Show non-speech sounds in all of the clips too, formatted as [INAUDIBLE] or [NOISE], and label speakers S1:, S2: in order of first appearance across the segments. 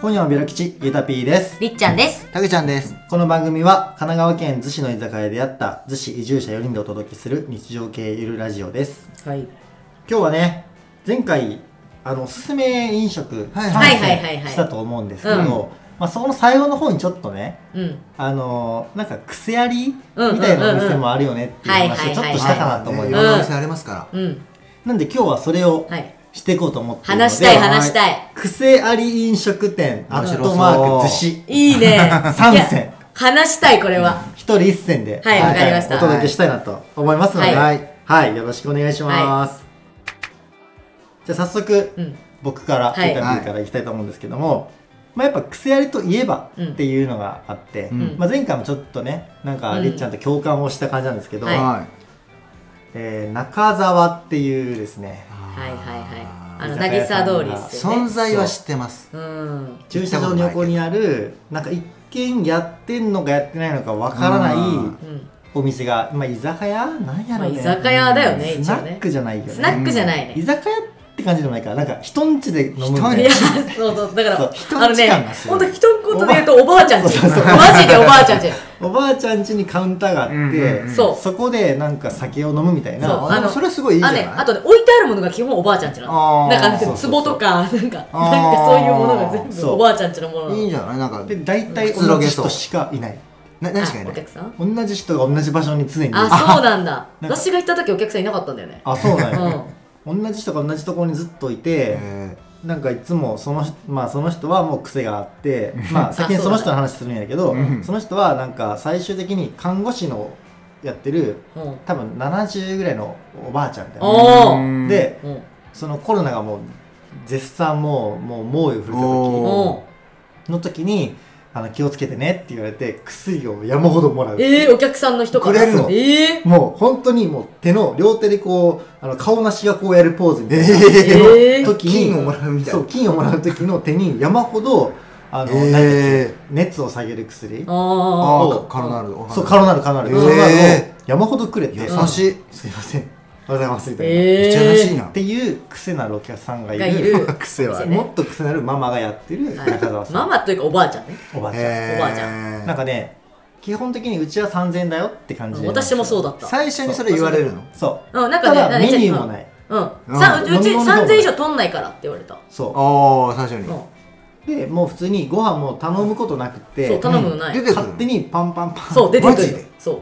S1: 今夜のビロ吉、ゆたぴーです。
S2: りっちゃんです。
S3: たけちゃんです。
S1: この番組は、神奈川県逗子の居酒屋であった逗子移住者4人でお届けする日常系ゆるラジオです。
S2: はい。
S1: 今日はね、前回、あの、おすすめ飲食、
S3: はい
S1: 参戦
S2: はいはいはいはい
S1: したと思うんですけど、
S2: うん
S1: まあ、その最後の方にちょっとね、
S2: うん。
S1: あのーなんか癖ありみ
S2: うんうんうんうん
S1: たいなお店もあるよねっていう話をちょっとしたかなと思い
S3: い
S1: ま
S3: ろ
S1: す。
S3: んなお店ありますから。
S2: うん。
S1: なんで今日はそれを
S2: はい。
S1: していこうと思っているので、
S2: 話したい話したい。
S1: 癖あり飲食店、ア
S3: 面
S1: ッ
S3: 白そう
S1: トマーク寿司、。
S2: いいね
S1: 三線
S2: いや。話したいこれは。
S1: 一人一戦で、
S2: はいわかりました
S1: お届けしたいなと思いますので、は、
S2: はい
S1: はいよろしくお願いします。じゃあ早速、
S2: うん。
S1: 僕から、
S2: はい
S1: イタビューからいきたいと思うんですけども、まあ、やっぱ癖ありといえばっていうのがあって、
S3: うん
S1: まあ、前回もちょっとね、なんか、
S2: うん
S1: りっちゃんと共感をした感じなんですけど、
S2: はい
S1: えー中澤っていうですね
S2: はいはいはい。あ
S1: 居
S2: の
S1: 酒屋さん
S2: 渚
S1: が
S2: 通りっすよ
S3: 存
S2: ね。
S3: 在は知ってます。
S2: うん。
S1: 駐車場の横にあるなんか一見やってんのかやってないのかわからない
S3: うん
S2: うん。
S1: お店が、まあ、居酒屋なんや
S2: ま
S1: ろ
S2: あ
S1: う
S2: 居
S1: ね、
S2: 酒屋だよね
S1: ス
S2: 一
S1: ナ
S2: 応
S1: ッ
S2: ね。
S1: クじゃないよね
S2: スナックじゃない
S1: 居
S2: ね。
S1: 酒屋って感じでもないからなんか人んちで飲むみた
S3: 人
S1: い
S3: ん
S2: い
S1: な
S3: 家
S2: や [LAUGHS] そうそうだか
S1: そう
S2: ら
S1: 人
S2: あのね
S1: んち感がする
S2: 本当一言で言うとおばあちゃんち。
S1: そうそうそう
S2: マジでおばあちゃんち。
S1: おばあちゃん家にカウンターがあって、
S3: うんうんうん
S2: そう
S1: そこでなんか酒を飲むみたい
S2: そう
S1: な
S2: あの
S3: それはすごいいいじゃ
S2: あ
S3: ない
S2: ねあとね置いてあるものが基本おばあちゃんちな
S3: あ
S2: の。
S3: ー
S2: なんかあ
S1: そう
S2: の
S1: そうそう
S2: 壺とかなんかなんか
S3: あー
S2: そういうものが全
S1: そ
S2: 部
S1: う
S2: おばあちゃんちのものなの。
S3: いいんじゃないなんか、
S1: で大体
S3: くつろ
S1: 同
S3: げ
S1: じ
S3: そう
S1: 人しかいない
S3: な、何しかい
S2: あ
S3: な
S2: お
S3: い
S2: 客。さん？
S1: 同じ人が同じ場所に常にいる
S2: あそうなんだ。
S1: なんか
S2: 私が行った時お客さんいなかったんだよね。
S1: あそうなん
S2: う
S1: や、
S2: ん。
S1: 同じ人が同じところにずっといて、
S3: え
S1: なんかいつもその,、まあ、その人はもう癖があって、まあ、先にその人の話するんやけど
S3: そうだねうん
S1: その人はなんか最終的に看護師のやってる
S2: うん。
S1: 多分70ぐらいのおばあちゃんみたい
S3: ー
S2: お
S1: な
S2: ー
S1: で
S2: うん。
S1: そのコロナがもう絶賛もうもう猛威を振るった
S3: お
S1: 時
S2: うん。
S1: の時にあの気をつけてねって言われて薬を山ほどもらう
S2: ええー、お客さんの人から
S1: くれるの
S2: ええ
S1: もう本当にもう手の両手でこうあの顔なしがこうやるポーズみたいな、
S2: えー
S1: 時に
S3: 金をもらうみたい
S1: そ
S3: な
S1: う。金をもらう時の手に山ほどあの、なんだっ
S3: え
S1: け熱を下げる薬
S2: ああ。
S3: あ
S1: そ
S3: あ、
S1: う
S3: カロナルド。
S1: そうカロナルカロナル、
S3: えー
S1: カロナルを山ほどくれて
S3: 優しい。
S1: すいませんおはようございますみたいな、
S3: め
S2: え
S3: っ
S2: え
S3: ちゃ優しいな
S1: っ。ていう癖なるお客さんがいる
S2: がいる
S3: 癖はある
S1: もっと [LAUGHS] 癖なるママがやってる
S2: はい
S1: 中澤さん、
S2: ママというかおばあちゃんね。
S1: おばあちゃん、
S3: え
S2: おばあち
S3: ゃ
S1: なんかね基本的にうちは3000円だよって感じで
S2: 私もそう
S1: だ
S2: だった。
S3: 最初にそれ言われるの
S1: そう
S2: うん、なんか
S1: た
S2: ね、
S1: だ
S2: なんか
S1: メニュ
S2: う
S1: ー
S2: ん
S1: もない
S2: うん。
S3: うん
S2: さうちうち
S1: 飲み物でも
S2: 3000以上取んないからって言われた。
S1: そ
S3: ああ、最初
S2: うん。
S3: に。
S1: うでもう普通にご飯も頼むことなくて
S2: そう、頼むのな
S3: 出
S2: い。
S3: てく
S1: 勝手
S3: る
S1: にパンパンパン
S2: そう、出て
S3: マ
S2: く
S3: ジで
S2: る。そ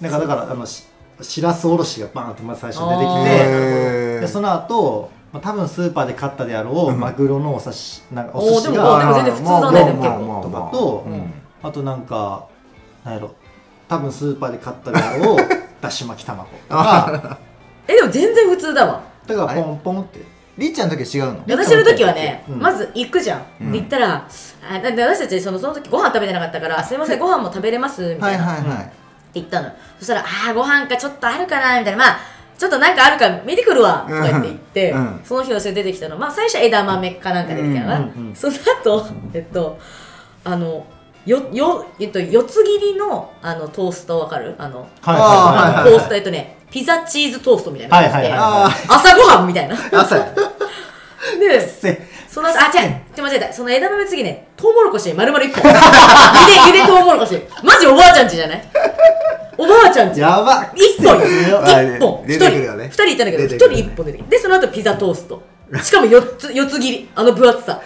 S2: う。
S1: なんかだからあのししらすおろしがバーンってまず最初に
S3: の。
S1: 出てきて
S2: あー
S3: へ
S1: でその後、まあ、多分スーパーで買ったであろう、
S3: うん
S1: マグロのお刺しなんか
S2: おー
S1: お寿司
S2: でも
S1: が
S2: でも全然普通だねでも結構
S3: まあまあまあまあ
S1: とかと
S3: うん
S1: あとなんかなんやろ多分スーパーで買ったであ
S2: [LAUGHS]
S1: ろうだし巻き卵とか
S2: え、でも全然普通だわ。
S1: だからポンポンって
S3: りっちゃんの時は違うの
S2: 私の時はね、
S1: うん
S2: まず行くじゃん、
S3: うん
S2: で行ったらあなんで私たちそのその時ご飯食べてなかったから「すいませんご飯も食べれます」みた
S3: はいい
S2: な、
S3: はい
S1: うん
S3: はい。
S2: って言ったのそしたら「ああご飯かちょっとあるかな」みたいな「まあちょっとなんかあるか見てくるわ」とか言って言って、
S3: うんうん
S2: その日のそれ出てきたのまあ最初は枝豆かなんか出てきたのかな、
S1: うんうんうん
S2: その後えっとあのよよ、えっと、四つ切りのあのトーストわかるあの、
S1: はい
S3: あ
S1: はいはい
S2: ト
S1: はい
S2: ーストえっとねピザチーズトーストみたいなのがあって、
S1: はいはいはい
S3: あ
S2: 朝ごはんみた
S1: [LAUGHS]
S2: いな
S3: あ、朝や。
S2: で
S1: せ
S2: その後、あ、違う、ちょ、間違えた。その枝豆次ね、トウモロコシ丸々一
S1: [LAUGHS]
S2: 本。ゆで、ゆでトウモロコシ。マジおばあちゃんちじゃないおばあちゃんち。
S1: やば
S2: 一本、
S3: あ
S2: 一本、
S3: 出
S2: 一
S3: てくるよ
S2: 人、
S3: ね
S2: 二人いたんだけど、
S3: 出
S2: 一
S3: てく
S2: 人
S3: るよね
S2: 一本出てきて。で、その後ピザトースト。しかも四つ、四つ切り。あの分厚さ。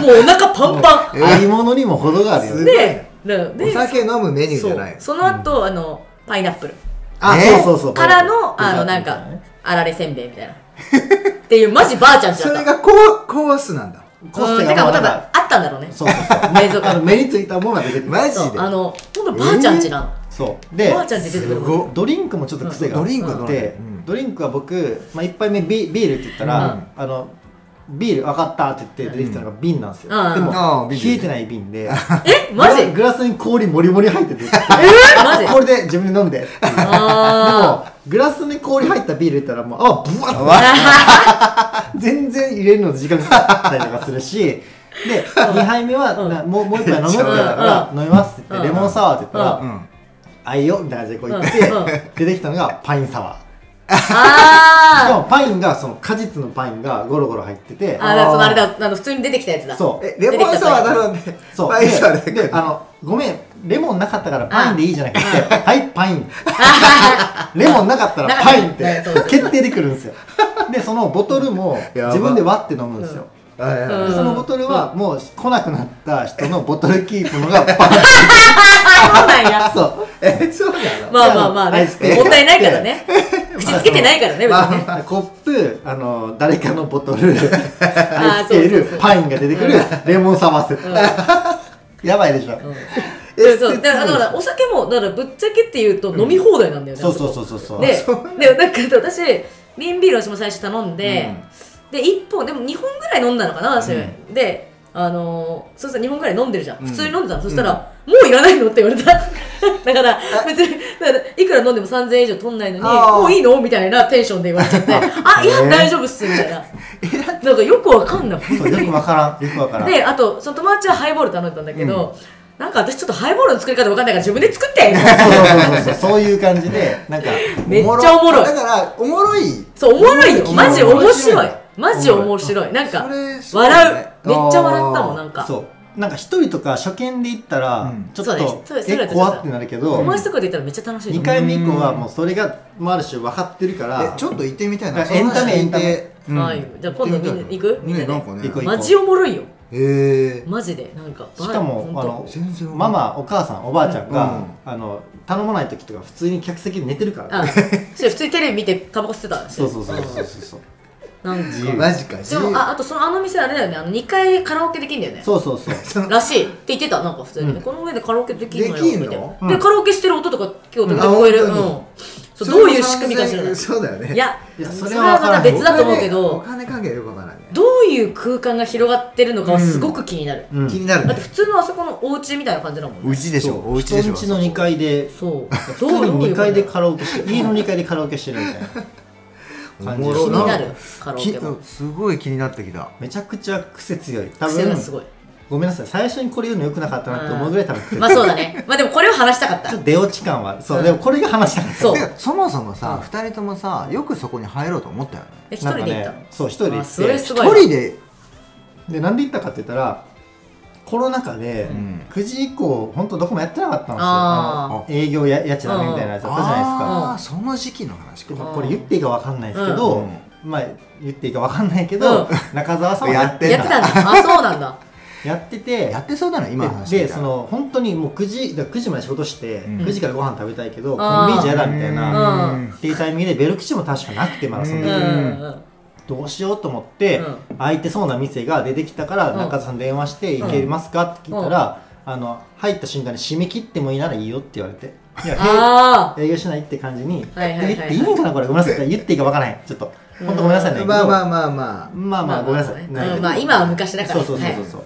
S2: もうお腹パンパ
S3: [LAUGHS] えー
S1: ありものにも程があるよね
S2: ン。で、で、
S3: お
S2: で
S3: 酒飲むメニューじ
S2: そ
S3: ゃな
S2: う
S3: い。。
S2: その後、あの、パイナップル。
S1: あ
S3: えー
S1: そうそうそう
S2: からの、あの、なんか、あられせんべいみたいな。っていう、マジばあちゃんち
S3: そ
S2: だった
S3: れ。がコーコースなんだ。
S1: コス
S2: うん
S1: ト
S2: て
S1: が
S2: か
S1: も
S2: も
S1: う
S2: う
S1: なん
S2: 多分、
S1: か
S2: あったんだろうね。
S1: そうそうそう
S2: 冷蔵庫
S1: あの目についたものが出てくる
S3: マジ
S2: そう
S3: で。
S2: あのほんとばあちゃんちなの、
S1: そうで
S2: ばあちゃんち出てくる
S3: すご
S2: も
S3: っ
S2: ん
S1: ドリンクもちょっと癖があ
S3: ド
S1: って、
S3: リンクはどうなのうん
S1: ドリンクは僕、まあ、1杯目ビビールって言ったら、
S2: うん
S1: あのビール分かったって言って出てきたのが瓶なんですよ、
S2: うん
S1: で
S3: あ
S1: も
S3: あ
S1: 冷
S3: 瓶
S1: えてない瓶で
S2: えマジ
S1: グラグラスに氷もりもり入ってて
S2: マジ
S1: これで自分で飲んでっていうで
S2: あ
S1: もグラスに氷入ったビール入れたらもう泡ブワッ
S3: わ
S2: [LAUGHS]
S1: 全然入れるの時間かかったりとかするしで2杯目は、
S2: うん
S1: なもうもう1杯飲むって言われたから、飲みますって言って、
S2: うん
S1: レモンサワーって言ったら、
S3: うん。
S1: あいよみたいな感じでこう言って、
S2: うんうん
S1: 出てきたのがパインサワーで
S2: あー
S1: もパインがその果実のパインがゴロゴロ入ってて
S2: あーだからそのあれだあの普通に出てきたやつだ
S1: そう
S3: え、レモンサワー頼んで、
S1: そう
S3: パインサワー
S1: で
S3: で
S1: であのごめんレモンなかったからパインでいいじゃなく
S2: [LAUGHS]
S1: てはいパインレモンなかったらパインって
S2: [LAUGHS] なかったらね
S1: 決定でくるんですよでそのボトルも
S3: やば
S1: 自分で割って飲むんですよ、
S3: はいはいはい
S1: でそのボトルはもう来なくなった人のボトルキープの
S2: [LAUGHS]
S1: がパン
S2: あ [LAUGHS] ーそうなんや
S1: そう
S3: え、そうなの
S2: まあまあまあ
S1: ア
S2: ね
S1: イスクリー
S2: も
S1: ム
S2: ったいないからね口つけてないからね別
S3: まあ
S2: にね
S1: あコップあの誰かのボトル [LAUGHS] アイステ
S2: そうそう
S1: ー
S2: そう
S1: ルパインが出てくるレモンサワーセット、 [LAUGHS] やばいでしょ、
S2: そ
S3: え
S2: うそうだからだからお酒もだからぶっちゃけっていうと飲み放題なんだよね、
S1: そうそううそうそうそう
S2: で
S3: そう
S2: でなんか私瓶ビールを私も最初頼んで、で1本でも2本ぐらい飲んだのかな私、
S3: う
S2: であのー、そうしたら2本ぐらい飲んでるじゃん、
S3: うん
S2: 普通に飲んでたのそしたら、もういらないの?」って言われた [LAUGHS] だから別にだからいくら飲んでも3000円以上取んないのに「
S3: あー
S2: もういいの?」みたいなテンションで言われちゃって「あいや大丈夫っす」みたいななんかよくわかんない
S1: そうよくわからんよくわからん
S2: であとその友達はハイボール頼んだんだけど、なんか私ちょっとハイボールの作り方わかんないから自分で作って
S1: そうそうそうそうそういう感じでなんか
S2: めっちゃおもろい
S3: だから、おもろい。
S2: そうおもろいよマジ面白い
S3: 面白い
S2: マジ面白いなんか
S3: それすごいね
S2: 笑うめっちゃ笑ったもんなんか
S1: そうなんか一人とか初見で行ったら、
S3: うん
S1: ちょっ
S2: そ
S1: と、
S2: うだねそうそうだ
S1: え
S2: ね
S1: 怖ってなるけど
S2: 友達とかで言ったらめっちゃ楽しいと
S1: 2
S2: 思う
S1: 回目以降はもうそれがもうある種分かってるから
S3: え、ちょっと行ってみたいな。
S1: あエンタメエンタメ
S3: その話聞
S2: はい
S3: てうん
S2: じゃあ今度みんな行くみんな
S3: ね、
S2: で
S3: なんかね
S1: 行。こう
S2: マジおもろいよ
S3: へえ。
S2: マジでなんか
S1: しかもあ
S2: バーほんと
S1: の
S3: 全然
S1: ママお母さんおばあちゃんが、
S3: うん
S1: あの頼まない時とか普通に客席で寝てるから、
S2: あそう普通にテレビ見てタバコ吸ってた
S1: そうそうそうそうそううんそう
S2: なんか
S1: 自由
S3: マジか、自
S2: で
S3: 由
S2: もああとそのあの店あれだよねあの2回カラオケできんだよね
S1: そうそうそう
S3: その
S2: らしいって言ってたなんか普通に、
S1: うん
S2: この上でカラオケできるのよ
S3: できんの
S2: みたいな、
S1: うん
S2: でカラオケしてる音とか今日とか聞こえる、
S3: うん
S2: う
S3: あ
S2: ん
S3: 本
S2: そう
S3: そ
S2: ど
S3: れ
S2: う
S3: も
S2: いう仕組みか知らない
S3: 3000そうだよね。
S2: いや
S1: いや
S2: そ
S1: そ
S2: れ
S1: れは
S2: は
S1: 分
S2: ま
S1: から
S2: た
S1: ん
S2: 別だと思うけ
S3: お
S2: ど
S3: 金関係がよくわからないね。
S2: どういう空間が広がってるのかはすごく気になる、
S1: うん
S3: 気になる
S2: だって
S3: ね。
S2: 普通のあそこのお家みたいな感じだもんね
S3: うちでしょ、おうちでし
S1: 人
S3: ょ。
S1: んちの2階で
S2: そう
S1: 普
S2: どう
S1: 通
S2: どう
S1: に2
S2: いうこと
S1: 階でカラオケして家の2階でカラオケしてるみたいな
S3: おもろ
S2: 気にな
S1: る
S2: るカラオケも
S3: きすごい気になってきた。
S1: めちゃくちゃ癖強い多
S2: 癖
S1: 分
S2: がすごい
S1: ごめんなさい最初にこれ言うのよくなかったなって思うぐらい多分癖強い
S2: まあそうだねまあでもこれを話したかっ
S1: ちょったと出落ち感はそう、
S2: うん
S1: でもこれが話したかった
S2: そう
S3: てかそもそもさ
S2: うん
S3: 二人ともさよくそこに入ろうと思ったよね
S2: え一人で行ったの、
S1: なんかねそう一人で行
S2: あ
S1: っ
S2: それ
S1: て
S2: す
S3: 一
S2: ごいわ
S3: 人で
S1: でなんで行ったかって言ったらコロナ禍で、
S3: ん
S1: 9時以降本当どこもやってなかったんですよ
S2: あ
S1: あの営業ややちダメみたいなやつだったじゃないですか
S3: あーその時期の話
S1: で
S3: か
S1: もこれ言っていいかわかんないですけど、
S3: うん
S1: まあ言っていいかわかんないけど、
S2: うん
S1: 中澤さんはやって
S2: やってたんだあそうなんだ
S1: やってて
S3: やってそうだな今の話
S1: で
S3: 聞い
S1: で
S3: た
S1: そ
S3: ら
S1: の本当にもう9時だから9時まで仕事して、
S3: うん
S1: 9時からご飯食べたいけど、
S2: ん
S1: コンビニじゃやだみたいな、
S2: な
S3: うん
S1: っていうタイミングでベル口も確かなくてまだその
S2: う
S1: 時
S2: んうんうん
S1: どうしようと思って、
S2: うん
S1: 空いてそうな店が出てきたから、
S2: うん
S1: 中田さんに電話して「行けますか?」って聞いたら、あの入った瞬間に締め切ってもいいならいいよって言われて「いや
S2: あ
S1: 営業しない」って感じに「
S2: はいはいはいはい
S1: 言っていいんかなこれごめんなさい」言っていいかわからないちょっと本当ごめんなさいね、
S3: まあまあ
S1: あ
S3: まあま
S1: まあまあごめんなさい、
S2: まあまあねうんまあ今は昔だから
S1: そうそうそうそうそう、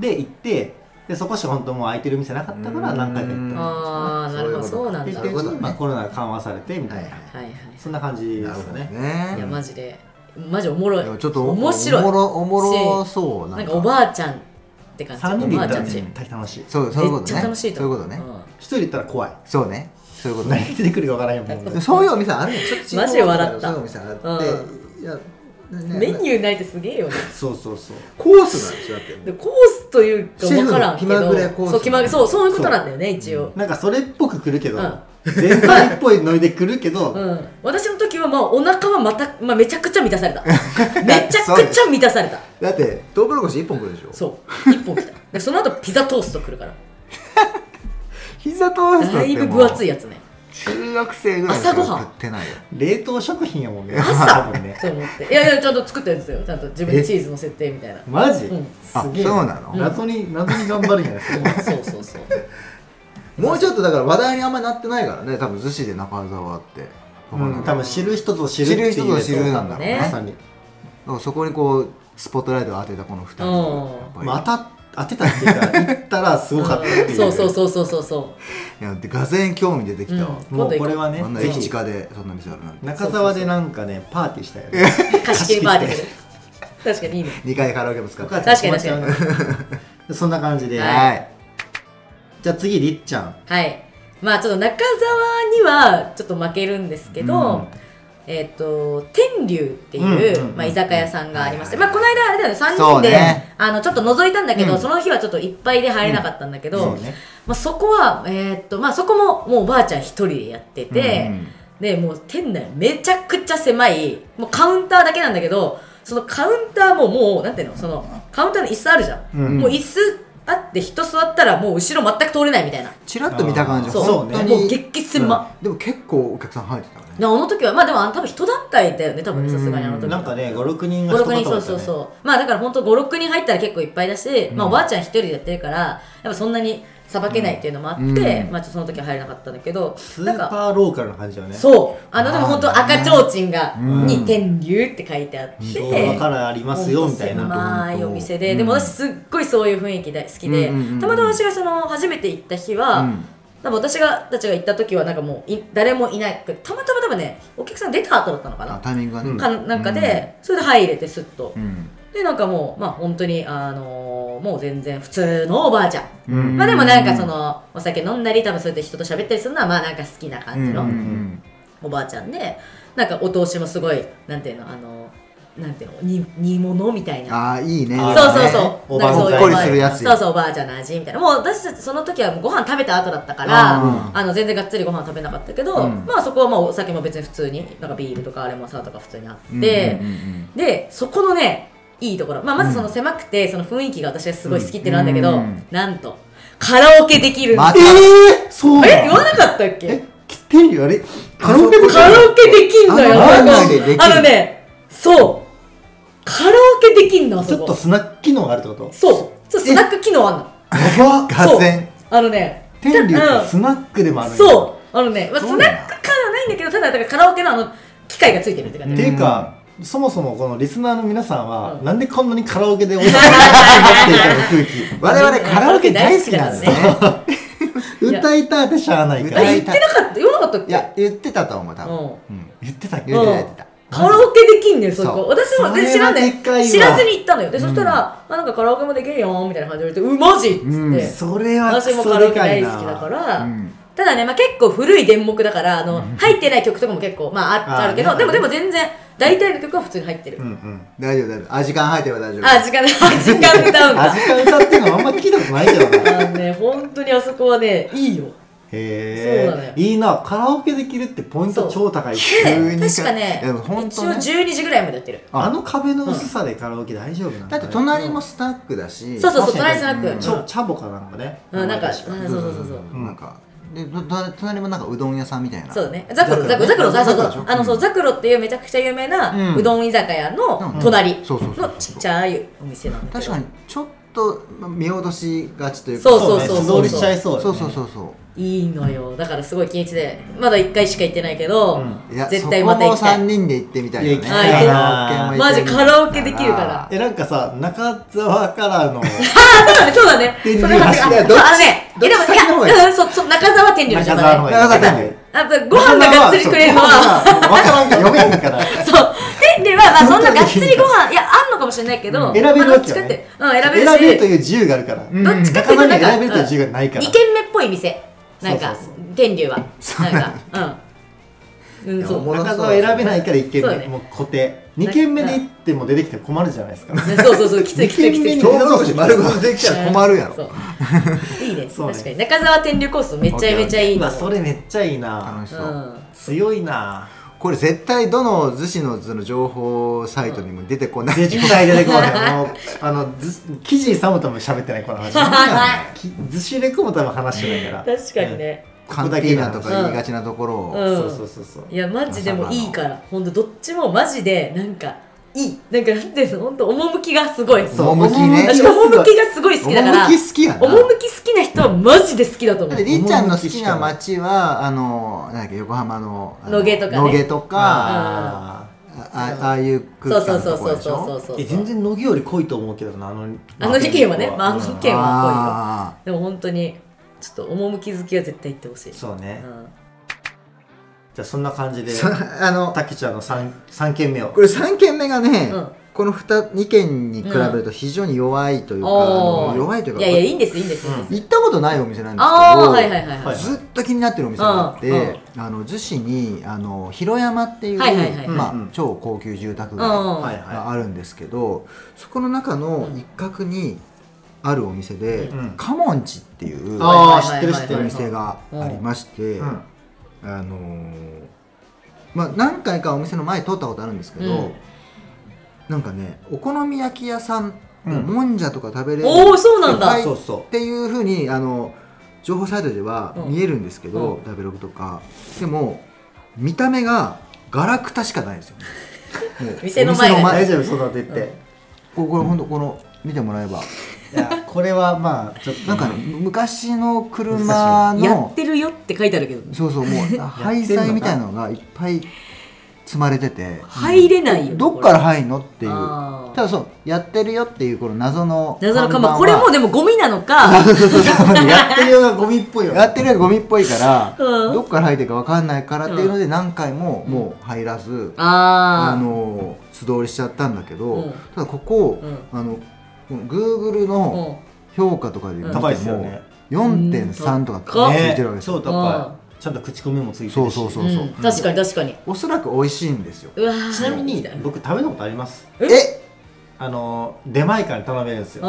S1: で行ってでそこしか本当もう空いてる店なかったから何回か行っ
S2: あああなるほどそうな
S1: た
S2: ん
S1: で
S2: だ
S1: って
S2: はいうは
S1: ちにまあコロナが緩和されてみたいな、
S3: はいはい
S2: い
S1: そんな感じで
S3: あなる
S1: す
S3: ほ
S1: よ
S3: ど
S1: ね
S2: いや
S3: ね
S2: マジでマジおもろ
S3: でも
S2: い
S3: ちょっと
S2: 面白い
S3: おもろおもろそう
S2: なんかおばあちゃんって感じ
S1: 3人で行ったら
S2: おばあちゃ
S1: 絶
S2: んち
S1: 対楽しい
S3: そうそういうこ
S2: めっ
S3: と
S2: ち
S3: ね
S2: ゃ楽しいと
S3: そういう
S2: 思
S3: ことね
S2: うん
S1: 一人で行ったら怖い
S3: そうねそういうこと
S1: 何
S3: ね
S1: が出てくるかわからへんもんね
S3: そういうお店あるねちょっと地方
S2: マジ笑った
S3: そういうお店あっていやね
S2: メニューないってすげえよね
S1: そうそうそう
S3: コースなんですよだって
S2: でコースというか分からんけど
S3: シェフの気まぐれコース
S2: そう気まぐれそうそういうことなんだよね一応
S1: なんかそれっぽく来るけど、
S2: うん
S1: 全体っぽいノリで来るけど、
S2: うん私の時はまあお腹はまたまあめちゃくちゃ満た
S3: [LAUGHS]
S2: されためちゃくちゃ満たされた
S3: だってトウモロコシ一本くるでしょ
S2: そう一本きたでその後ピザトースト来るから
S3: 膝トーストっ
S2: だ
S3: て
S2: い
S3: も
S2: ぶ
S3: う
S2: 分厚いやつね
S3: 中学生ぐらいしか
S2: 朝ごはん
S3: 食ってないよ
S1: 冷凍食品やもんね
S2: 朝
S1: 多分ね
S2: と思っていやいやちゃんと作ったやつだよちゃんと自分でチーズの設定みたいな
S1: マジ、
S2: うん
S1: す
S3: あ
S1: げえ
S3: そうなの
S1: 謎に謎に頑張るんやね
S2: うんそうそうそう
S3: もうちょっとだから話題にあんまなってないからね多分逗子で中澤って、
S1: うん、多分知る人ぞ知る
S3: 知
S1: っていう
S3: る人ぞ知るなんだろうね
S2: ね
S1: まさに、
S3: だからそこにこうスポットライトを当てたこの2人
S2: うん
S3: やっぱり
S1: また当てたっていうか行ったらすごかったっていう
S2: そうそうそうそうそうそ
S3: いやでがぜん興味出てきたわ、
S2: う
S1: もうこれはね
S3: あんな
S1: ぜ
S3: 駅
S1: ひ
S3: 近でそんな店あるなんて
S1: 中澤でなんかねパーティーしたよね
S2: う貸し切りパーティーする確かにいいね
S3: 2回カラオケも使って
S1: お母ちゃん困っちゃうなそんな感じで、
S2: は
S3: はい
S1: じゃあ次りっちゃん
S2: はいまあちょっと中澤にはちょっと負けるんですけど、
S1: うん
S2: えっ、と天竜っていう、
S1: うんうんうん
S2: まあ、居酒屋さんがありまして、
S3: は
S2: ま
S3: い
S2: あ、この間あれだよね3
S3: そ
S2: 人
S3: う
S2: で、
S3: ね
S2: あのちょっと覗いたんだけど、
S1: うん
S2: その日はちょっといっぱいで入れなかったんだけど、
S1: そうね
S2: まあ、そこは、えっとまあ、そこももうおばあちゃん一人でやってて、
S3: うん
S2: でもう店内めちゃくちゃ狭いもうカウンターだけなんだけどそのカウンターももうなんていうのそのカウンターの椅子あるじゃん、
S1: うん
S2: もう椅子あって人座ったらもう後ろ全く通れないみたいな
S3: チラッと見た感じ
S2: そう
S1: そうね
S3: 本当に
S2: もう激狭、
S3: うんでも結構お客さん入ってたね
S2: であの時はまあでもあの多分人団体だよね多分ねさすがにあの時は
S1: なんかね56人が
S2: 56人そう
S1: った
S2: そう
S1: ね
S2: そうまあだから本当56人入ったら結構いっぱいだし、
S1: うん
S2: まあおばあちゃん一人でやってるからやっぱそんなにさばけないっていうのもあって、
S3: うん
S2: まあちょっとその時は入れなかったんだけど
S1: ス
S2: なん
S1: ー
S2: か
S1: パーローカルな感じだよね
S2: そうあのでも本当赤ちょうちんが、
S3: うん
S2: に天竜って書いてあって、
S1: 昭和からありますよみたいな
S2: 狭いお店で、
S3: うん
S2: でも私すっごいそういう雰囲気で好きで、
S3: うんうんうんうん
S2: たまたま私がその初めて行った日は、
S3: うん
S2: 多分私がたちが行った時はなんかもうい誰もいないたまたま多分ねお客さん出た後だったのか
S3: あ
S2: な
S3: タイミングがね
S2: かなんかで、それで入れてスッと、
S3: うん
S2: でなんかもうまあ本当にあのーもう全然普通のおばあちゃん、
S3: うん
S2: まあでもなんかそのお酒飲んだり多分そうやって人と喋ったりするのはまあなんか好きな感じの、
S3: うんうん
S2: おばあちゃんでなんかお通しもすごいなんていうのあのなんていうの煮煮物みたい
S3: うん
S2: な
S3: ああいいね
S1: あ
S2: そ
S1: あの
S2: うそう
S1: ね
S2: そう
S1: おば
S2: なん
S1: ん
S2: か
S1: ざいほ
S2: そういう
S1: っこり
S3: するやつ
S2: そうそうおばあちゃんの味みたいなもう私たちその時はもうご飯食べた後だったから
S3: うん
S2: あの全然がっつりご飯食べなかったけど、
S3: うん
S2: まあそこはまあお酒も別に普通になんかビールとかレモンサワーとか普通にあって、
S3: うんうんうん
S2: でそこのねいいところ、まあ、まずその狭くて、その雰囲気が私はすごい好きってなんだけど、
S3: うん
S2: なんとカラオケできるん
S3: ま
S2: ですよ
S1: えー、そう
S2: え
S1: な
S2: 言
S1: の
S2: わなかったっけ
S1: え来てるよあれカラオケで
S2: カラオケできんのよ
S3: あの
S2: そこ
S3: でできる
S2: あのねそうカラオケできんのあ
S1: ち
S2: そ
S1: ょっ
S2: こと
S1: スナック機能があるってこと
S2: そうちょっとスナック機能あんの
S1: やば
S3: 合戦
S2: あのね
S1: 天竜
S2: う
S1: っ
S2: ん
S1: てスナックでもあるんだ
S2: そうあのね、まあ、ス
S3: そう
S2: ナ
S3: なんだ
S2: ック感はないんだけどただだからカラオケのあの機械がついてるって感
S1: っ
S2: じ
S1: ていうか、そもそもこのリスナーの皆さんは、
S2: うん
S1: なんでこんなにカラオケで音楽を持っていたの空気
S3: [LAUGHS] 我々カラオケ大好きなんですね
S2: いや
S1: 歌いたってしゃあないか
S2: あ
S1: ら
S3: 歌
S2: 言
S3: い
S2: ってなかった言わなかったっ
S3: い
S2: け
S3: や言ってたと思う多分
S2: うん
S3: うん
S1: 言ってたっけ
S3: 言ってた言ってた
S2: カラオケできんねんそ
S3: そ
S2: こ
S3: う
S2: 私も
S1: それは
S2: 知らんね
S1: でかいわ
S2: 知らずに行ったのよでそしたら「あなんかカラオケもできるよ」みたいな感じで言われて「うマジ?」っつって、
S3: うん
S1: それは
S2: 私
S1: ク
S2: もカ
S1: ソ
S2: ラオ
S1: で
S2: ケ
S1: かい
S2: 大
S1: な
S2: 好きだから、
S3: うん
S2: ただね、まあ、結構古い電目だからあの、入ってない曲とかも結構、まあ、あ
S1: あー
S2: あるけど、
S1: ね
S2: でもでも全然大体の曲は普通に入ってる、
S1: うんうん
S3: 大丈夫大丈夫あ時間入ってれば大丈夫
S2: あ時間 [LAUGHS] 時
S3: [LAUGHS]
S2: 間歌うんだ
S1: 味が歌っていうのはあんま聞いたことないけどなへ
S2: あのね本当にあそこはねいいよそうなの
S1: え
S2: よ、
S1: いいなカラオケできるってポイント超高い
S3: 急
S2: で
S3: に
S2: 確かね
S3: いやでも本
S2: 一
S3: 当
S2: 応
S3: ね
S2: 12時ぐらいまでやってる
S1: あの壁の薄さでカラオケ大丈夫なん
S3: だ
S1: だ
S3: って隣もスナックだし
S2: そうそうそう
S1: 確かに
S2: 隣スナック、
S3: うん
S1: ちょチャボかなんかね
S2: うんなんか
S1: 確
S2: うんそうそうそうそう
S1: うん
S3: なんかでと隣隣もなんかうどん屋さんみたいな
S2: そうね、ザクロ、
S1: ザ
S2: ザク
S1: ク
S2: ロ、
S1: ロ
S2: ザクロ、ザクロ
S3: ザクロでしょ
S2: あの、そう、ザクロっていうめちゃくちゃ有名な
S3: うん
S2: うどん居酒屋の
S3: うん
S2: 隣
S3: そうそうそうそう
S2: のちっちゃいお店なんだけ
S3: 確
S2: ど。
S3: かにちょっとま見落としがちというか
S2: そう
S1: そうね
S2: そうそう
S1: 素
S2: そう
S1: 通りしちゃいそうだね
S3: そうそうそうそう
S2: いいのよ、だからすごい気に入ってて、まだ一回しか行ってないけど
S1: う、
S3: いや
S2: 絶対また行き
S3: そこも
S2: た
S3: 3
S2: い。
S3: 人で行ってみたいよね
S1: いや
S2: 行きたい
S1: な
S2: マジカラオケできるから。
S1: えなんかさ中澤からの
S2: あ、そうだね、そうだね。そ
S1: 天
S2: れ
S1: 竜
S2: はあ
S1: 橋
S2: あ
S1: いや
S2: の
S1: どっち
S2: ね、い
S3: どっち
S2: やでもい
S3: 先の方がいい
S2: や、うんそうそう中澤天竜の
S1: 中
S2: じゃ
S1: 澤
S2: ない
S1: の方。
S3: 中澤
S1: がいい
S3: 天竜
S2: あとご飯ががっつり食えるのは。
S1: 分からんから読めんから
S2: そう。天竜は、まあ、そんながっつりご飯、いや、あんのかもしれないけど、
S1: 選べるわ
S2: まあどっ
S1: け
S2: ち
S1: よ、
S2: か
S1: ね
S2: って、うん、選べるし。
S1: 選べるという自由があるから、
S3: ん
S2: どっちかっ
S1: 中
S2: ていうと
S1: 間
S2: なん
S1: に
S2: か
S1: 選べるという自由がないから、
S2: 2軒目っぽい店なんか
S1: そうそう
S2: 天竜は
S3: そう
S2: なんかうん、う
S3: い
S2: ん、
S3: や
S2: そ
S3: おも
S2: う
S3: ろ
S1: 中澤選べないから1軒
S2: そう
S1: 目、
S2: だね
S1: もう固定2軒目で行っても出てきて困るじゃないですか
S2: そうそうそうきついきついきつい
S1: 二軒目に
S3: トウモロコシ丸ごとできたら困るや
S2: そう
S3: ろ
S1: [LAUGHS]
S2: いいね
S1: そうね
S2: 確かに中澤天竜コースめちゃめちゃいい
S1: ま
S2: と
S1: あ
S2: 思
S1: そうれめっちゃいいな
S3: 楽しそううん
S1: 強いな
S3: これ絶対どの逗子のその情報サイトにも出てこない
S1: 絶対出てこないもうあのず記事さも多分喋ってないこの話 [LAUGHS] きずしレコも多分話してないから
S2: [LAUGHS] 確かに、ね
S3: カンティーナとか
S2: うん
S3: 言いがちなところを、
S1: うん
S2: うん
S1: そうそうそうそう
S2: いやマジでもいいからほんとどっちもマジでなんかいいなんかなんていうのほんと趣がすごい
S3: そう趣ね
S2: [LAUGHS] 私趣がすごい好きだから
S3: 趣好きやな
S2: 趣好きな人はマジで好きだと思
S3: だ
S2: う
S3: ってりっちゃんの好きな街はあのなんだっけ横浜のあの
S2: 野毛とかね
S3: 野毛とか
S1: あ
S3: ああああいう
S2: そ
S3: 空
S2: うそう
S3: 間
S2: そ
S3: の
S2: う
S3: とこ
S2: そう
S3: でし
S2: そうそう
S3: ょ
S2: そう
S1: ーえ全然乃木より濃いと思うけどなあの
S2: あの事件はねまああの
S1: うん
S2: 事件は
S3: あ
S2: でも本当にちょっと趣好きは絶対行ってほしい
S1: そうね、
S2: うん
S1: じゃあそんな感じで
S3: ーそあの
S1: たけちゃんの 3, 三軒目を
S3: これ3軒目がね、
S2: うん
S3: この 2, 2軒に比べると非常に弱いというか、
S2: お
S3: あの
S2: ー
S3: 弱いというか
S2: やいやいいんですいいんです、いいんです
S3: 行ったことないお店なんですけど
S2: ああはいはいはいはい
S1: はい
S3: ずっと気になってるお店があって、
S2: うんうん
S3: あの逗子にあの広山っていう、
S2: はいはいはい
S3: まあ
S1: うんうん
S3: 超高級住宅
S2: うんう
S3: 街
S2: ん
S1: はい
S3: が
S1: は
S3: あるんですけどそこの中の一角にあるお店で、
S1: うん
S3: カモンチっていう
S1: あ
S3: お
S1: ー
S2: はいはいはいはい
S1: 知ってる知ってる
S2: はいはい
S3: 店がありまして、
S1: い。うん。
S3: あのーまあ、何回かお店の前通ったことあるんですけど、
S2: うん
S3: なんかねお好み焼き屋さん
S1: うん
S3: のもんじゃとか食べれる、
S2: おーそうなんだ
S3: はい
S1: そうそ
S3: っていうふうにあの情報サイトでは
S2: うん
S3: 見えるんですけど、
S2: うん
S3: 食べログとかでも見た目がガラクタしかないんですよねもう
S2: 店の前が
S3: お
S1: う。
S2: まあ
S1: 大丈夫、そうだって言って。
S3: これこれ本当この見てもらえば
S1: いや、これはまあ、ちょっと。
S3: なんか、
S1: [LAUGHS]
S3: ね、昔の車
S2: や
S3: の
S2: ってるよって書いてあるけど
S3: そうそうもう廃材みたいなのがいっぱい積まれてて
S2: 入れないよ
S3: どっから
S2: っ
S3: 入んのっ
S2: て
S3: ていうただそうやってるよっていうこの謎の
S2: 謎の看
S3: 看板
S2: 板
S3: は
S2: これもうでもゴミなの
S3: [LAUGHS]
S2: か
S1: やってるようがゴミっぽいよね。
S3: やってるやつゴミっぽいから、
S2: うん
S3: どっから入ってるかわかんないからっていうので何回ももう入らず、あ
S2: あ
S3: のー素通りしちゃったんだけど、
S2: うん
S3: ただここ、
S2: うん
S3: あのこの Google
S2: あ
S3: の評価とかで見ても、
S1: 高いっすよね
S3: 4.3とか
S2: うん
S3: ついてるわけです
S1: 超
S3: よ、
S1: 高い。ちゃんと口コミもついてるし。
S3: そうそうそううんそう、
S2: うん確かに確かに
S3: おそらく美味しいんですよ
S2: うわー
S1: ちなみ
S2: いい
S1: に
S2: な
S1: 僕食べたことあります。
S2: え
S3: え
S1: あの出前館で頼めるんですよ。
S2: あ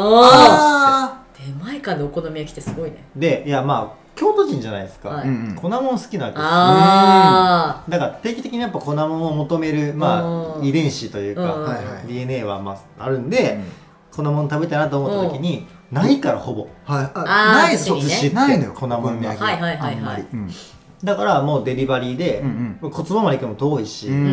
S2: あ
S3: あ
S2: 手前からのお好み焼きってすごいね
S1: でいやまあ京都人じゃないですか。
S2: は
S3: ー
S2: い
S3: うんうん
S1: 粉もん好きなわけですよ。
S2: あ
S1: だから定期的にやっぱ粉もんを求める、ま
S2: う
S1: あ、
S2: ん
S1: 遺伝子という
S2: うん
S1: か、
S3: はいはい
S1: DNA はまああるん
S3: う
S1: で
S3: ん、
S1: 粉もん食べたいなと思った時にないからほぼ
S3: はいあ
S2: あー
S3: ない
S2: 確かにね
S3: 寿司ってないのよ
S1: 粉もんが
S3: お好み焼き
S2: あはいはいはい
S1: あんま
S2: は
S1: り
S2: い
S3: うん
S1: だからもうデリバリーで
S3: うん
S1: 骨盤まで行くのも遠いし
S3: うん
S2: うんうんう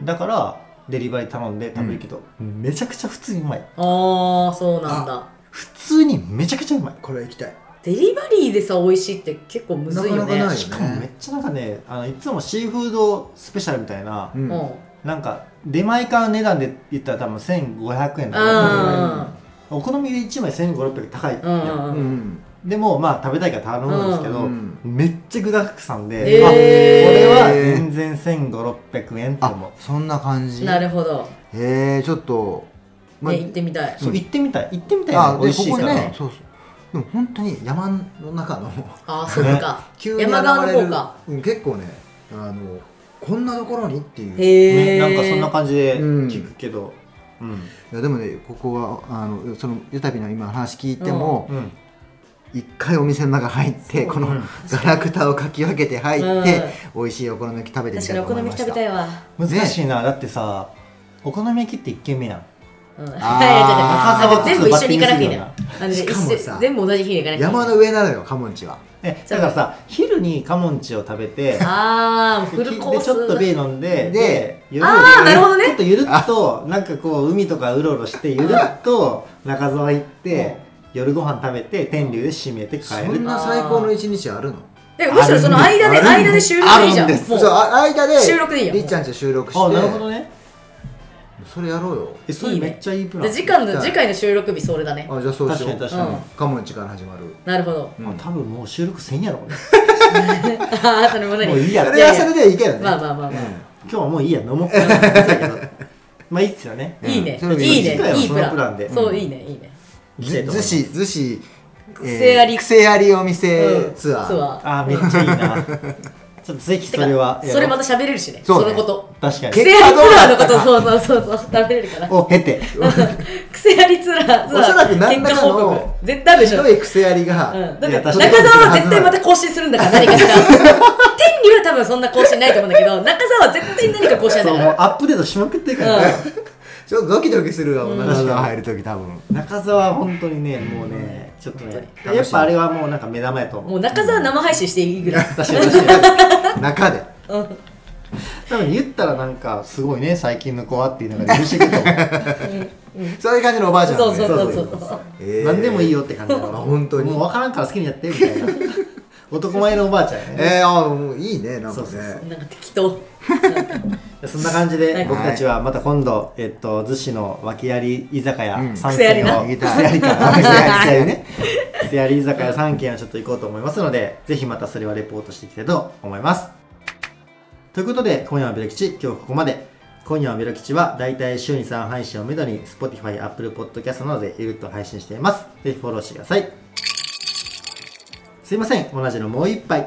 S2: ん
S1: だからデリバリー頼んで食べるけどめちゃくちゃ普通にうまい
S2: ああそうなんだ
S1: 普通にめちゃくちゃうまい
S3: これ行きたい
S2: デリバリーでさ美味しいって結構むずいよね
S3: なかなかない
S1: しかもめっちゃなんかねあのいつもシーフードスペシャルみたいな
S3: うん
S2: うん
S1: なんか出前館値段で言ったら多分1500円とか
S2: あ
S1: お好みで1枚1500600高いやん
S2: うんうん
S3: うん
S1: でもまあ食べたいから頼むんですけど、
S3: うん
S1: めっちゃ具だくさんで、
S2: へー
S1: あこれは
S3: へー
S1: 全然1500600円って思
S3: あそんな感
S2: ー
S3: じ
S2: なるほど、
S3: へえちょっと、まあ
S2: ね、行ってみたいう
S1: そう
S3: うん
S1: 行ってみたい行ってみたい
S3: あ
S1: な
S3: で
S1: 美味しい
S3: こ
S1: か
S3: こ
S1: ら、
S3: ねそうそうでも本当に山の中の
S2: ああそっか、
S3: 急に現
S2: 山側の
S3: れる
S2: 方か
S3: うん、結構ねあのこんなところにっていうい
S2: へ
S1: ね
S2: え、
S1: なんかそんな感じで
S3: うん
S1: 聞くけどうん
S3: やでもねここはあのそのゆたびの今の話聞いても
S1: うん、
S3: 一、回お店の中入ってこの
S1: うん
S3: ガラクタをかき分けて入って、美味しいお好み焼き食べてみ
S2: 確
S3: た
S2: か
S3: い
S2: にお
S3: と思
S2: 好
S3: い
S2: み
S3: ま
S2: 食
S3: し
S2: べ
S3: た
S2: たいわ、
S1: 難しいなだってさお好み焼きって一軒目やん
S2: うん、 [LAUGHS] いやい
S3: あー
S2: やいやあの全部一緒に行かなくていいのよ
S1: バッ
S2: あのね
S3: しかもさ
S2: 一緒全部同じ日に行かなくていい
S3: 山の上なのよカモンチは
S1: ねだからさ昼にカモンチを食べて
S2: ああ
S1: で
S2: フルコース
S1: ちょっとビール飲んで
S3: で
S1: で夜
S2: あーなるほどね
S1: ちょっとゆるっとなんかこう海とかうろうろしてゆるっと中沢行って夜ご飯食べて天竜で締めて帰
S3: そ
S1: る
S3: んな最高の一日あるの
S2: だからむしろその間で
S1: あるんです
S2: 間で収録でいいじゃ
S1: あ
S2: ん
S1: るんです
S2: もう
S3: そうあ間で
S2: 収録でいいよ
S3: りっちゃんち収録して
S1: あなるほどね
S3: それやろうよ
S1: えそれめっちゃいいプラン
S2: で次回の次回の収録日それだね
S3: あじゃあそうしよ
S1: 確
S3: う
S1: かに確
S2: かに
S3: カモンチから始まる
S2: なるほど
S1: あ多分もう収録せんやろ
S2: [LAUGHS]
S1: 俺
S2: ああなるほど
S1: もう
S2: ね
S1: いいや
S3: そ
S1: ろ
S3: れはそれでいいけどね
S2: まあまあまあまあ、
S1: 今日はもういいや飲もうそうや
S2: [LAUGHS]
S1: けどまあいいっすよね
S3: うん
S2: いいね、
S3: それでいい
S2: いいね
S1: 次回はい
S2: いプラ
S1: そのプランで
S2: そううんいいねいいね
S1: 行きたいと思いま
S3: 逗
S1: す
S3: 子逗子
S2: 癖あり
S3: えー癖ありお店
S2: うん
S3: ツアー
S2: ツアー
S1: あーめっちゃいいなちょっとぜひ
S2: て
S1: そ
S2: か
S1: れは
S2: それま
S1: た
S2: た喋れるしね
S3: そ
S2: そう
S3: ね
S2: のこと
S1: 確かに
S3: 結
S2: 癖
S3: 果
S2: ありツ
S3: どう
S2: ア
S3: だ
S2: ーのこ
S3: ったか
S2: とそうそうそうそう食べれるから
S1: を経
S2: [LAUGHS]
S1: て
S2: 癖ありツアーツアー
S3: おそらく何らかの
S2: 結果報告絶対あるで
S3: ひ
S2: しょ
S3: どい癖ありが
S2: うん、だっ
S1: い
S2: て
S1: や
S2: 中
S1: 確
S2: 澤
S1: かに
S2: は絶対また更新するんだから何かしら天理は多分そんな更新ないと思うんだけど中澤は絶対に何か更新な
S1: そ
S2: ん
S1: う
S2: だ
S1: もう
S2: か
S1: アップデートしまくってるから
S2: ら、
S1: ね
S2: う
S3: ちょっとドキドキするわお腹
S1: うん
S3: が入るとき多分
S1: 中澤は本当にねもうねちょっとね
S3: 当に
S1: やっぱあれはもうなんか目玉やと
S2: ん、
S1: 思
S2: も
S1: [LAUGHS] う
S2: う中澤生配信していいぐ [LAUGHS] らい、
S1: 確かに確かに
S3: 中で
S2: うん、
S1: 多分言ったらなんかすごいね最近の子はっていうのが許してくると思 [LAUGHS] う
S3: そういう感じのおばあちゃん
S2: そうそうそう
S1: そ
S2: そうう
S1: そ
S2: そうう
S3: えー
S1: 何でもいいよって感じだ [LAUGHS]
S3: あ本当に
S1: もう分からんから好きにやってみた [LAUGHS] いな男前のおばあちゃんやね
S3: えーあーもういいねなんか
S1: そうそう
S3: ね
S2: なんか適当
S1: そんな感じ
S2: は
S1: で
S2: い
S1: 僕たちはまた今度、えっと、逗子の脇あり居酒屋
S3: うん
S1: 3
S2: 癖あり
S1: 軒 [LAUGHS]
S2: な
S1: を、癖ありか癖
S2: [LAUGHS]
S1: ありね癖あり居酒屋3軒をちょっと行こうと思いますのでぜひまたそれはレポートしていきたいと思いますということで今夜はベロ吉今日はここまで今夜はベロ吉はだいたい週に3配信をめどに Spotify、Apple Podcast などでゆるっと配信していますぜひフォローしてくださいすいません同じのもう一杯